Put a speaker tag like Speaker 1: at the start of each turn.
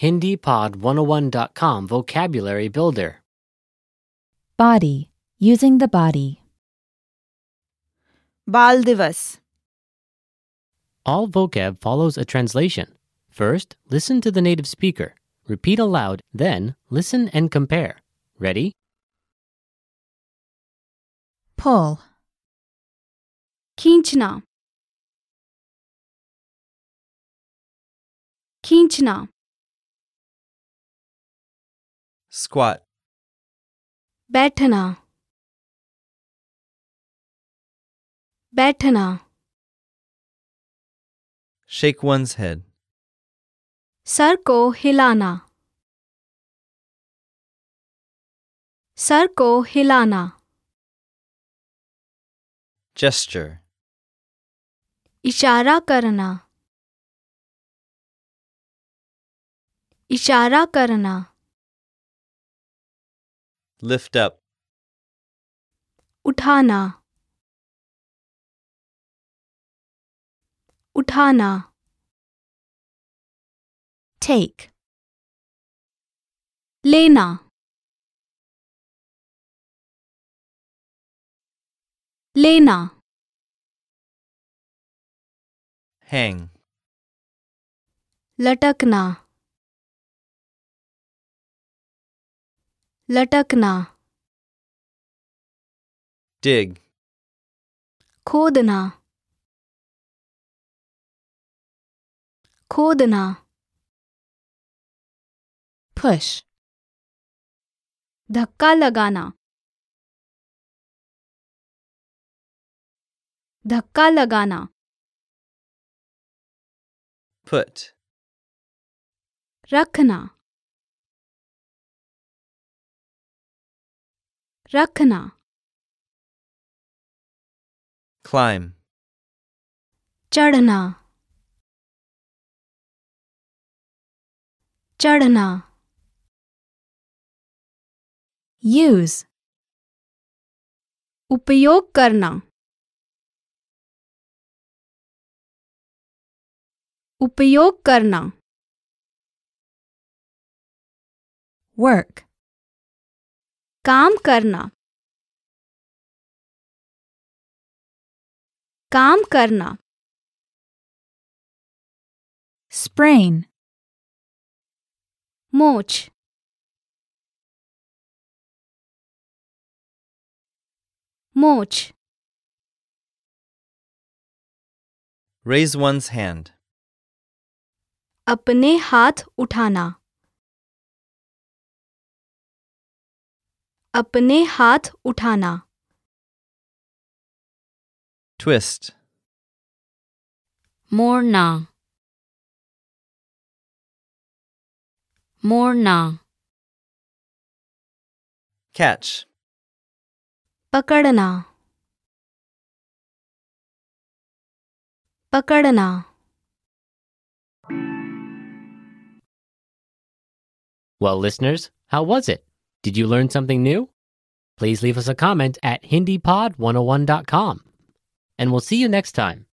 Speaker 1: HindiPod101.com Vocabulary Builder.
Speaker 2: Body, using the body.
Speaker 3: बाल दिवस
Speaker 1: All vocab follows a translation. First, listen to the native speaker. Repeat aloud, then, listen and compare. Ready?
Speaker 2: Pull,
Speaker 4: खींचना खींचना
Speaker 5: squat,
Speaker 4: बैठना बैठना
Speaker 5: shake one's head,
Speaker 4: sir को हिलाना sir को हिलाना
Speaker 5: gesture,
Speaker 4: इशारा करना इशारा करना
Speaker 5: lift up,
Speaker 4: उठाना उठाना
Speaker 2: take,
Speaker 4: लेना लेना
Speaker 5: hang,
Speaker 4: लटकना लटकना
Speaker 5: dig,
Speaker 4: खोदना खोदना
Speaker 2: push,
Speaker 4: धक्का लगाना धक्का लगाना
Speaker 5: put,
Speaker 4: रखना रखना
Speaker 5: climb,
Speaker 4: चढ़ना चढ़ना
Speaker 2: use,
Speaker 4: उपयोग करना उपयोग करना
Speaker 2: work,
Speaker 4: काम करना काम करना
Speaker 2: sprain,
Speaker 4: मोच मोच
Speaker 5: raise one's hand,
Speaker 4: अपने हाथ उठाना अपने हाथ उठाना
Speaker 5: twist,
Speaker 4: मोड़ना मोड़ना
Speaker 5: catch,
Speaker 4: पकड़ना पकड़ना
Speaker 1: Well, listeners, how was it? Did you learn something new? oh Please leave us a comment at HindiPod101.com. And we'll see you next time.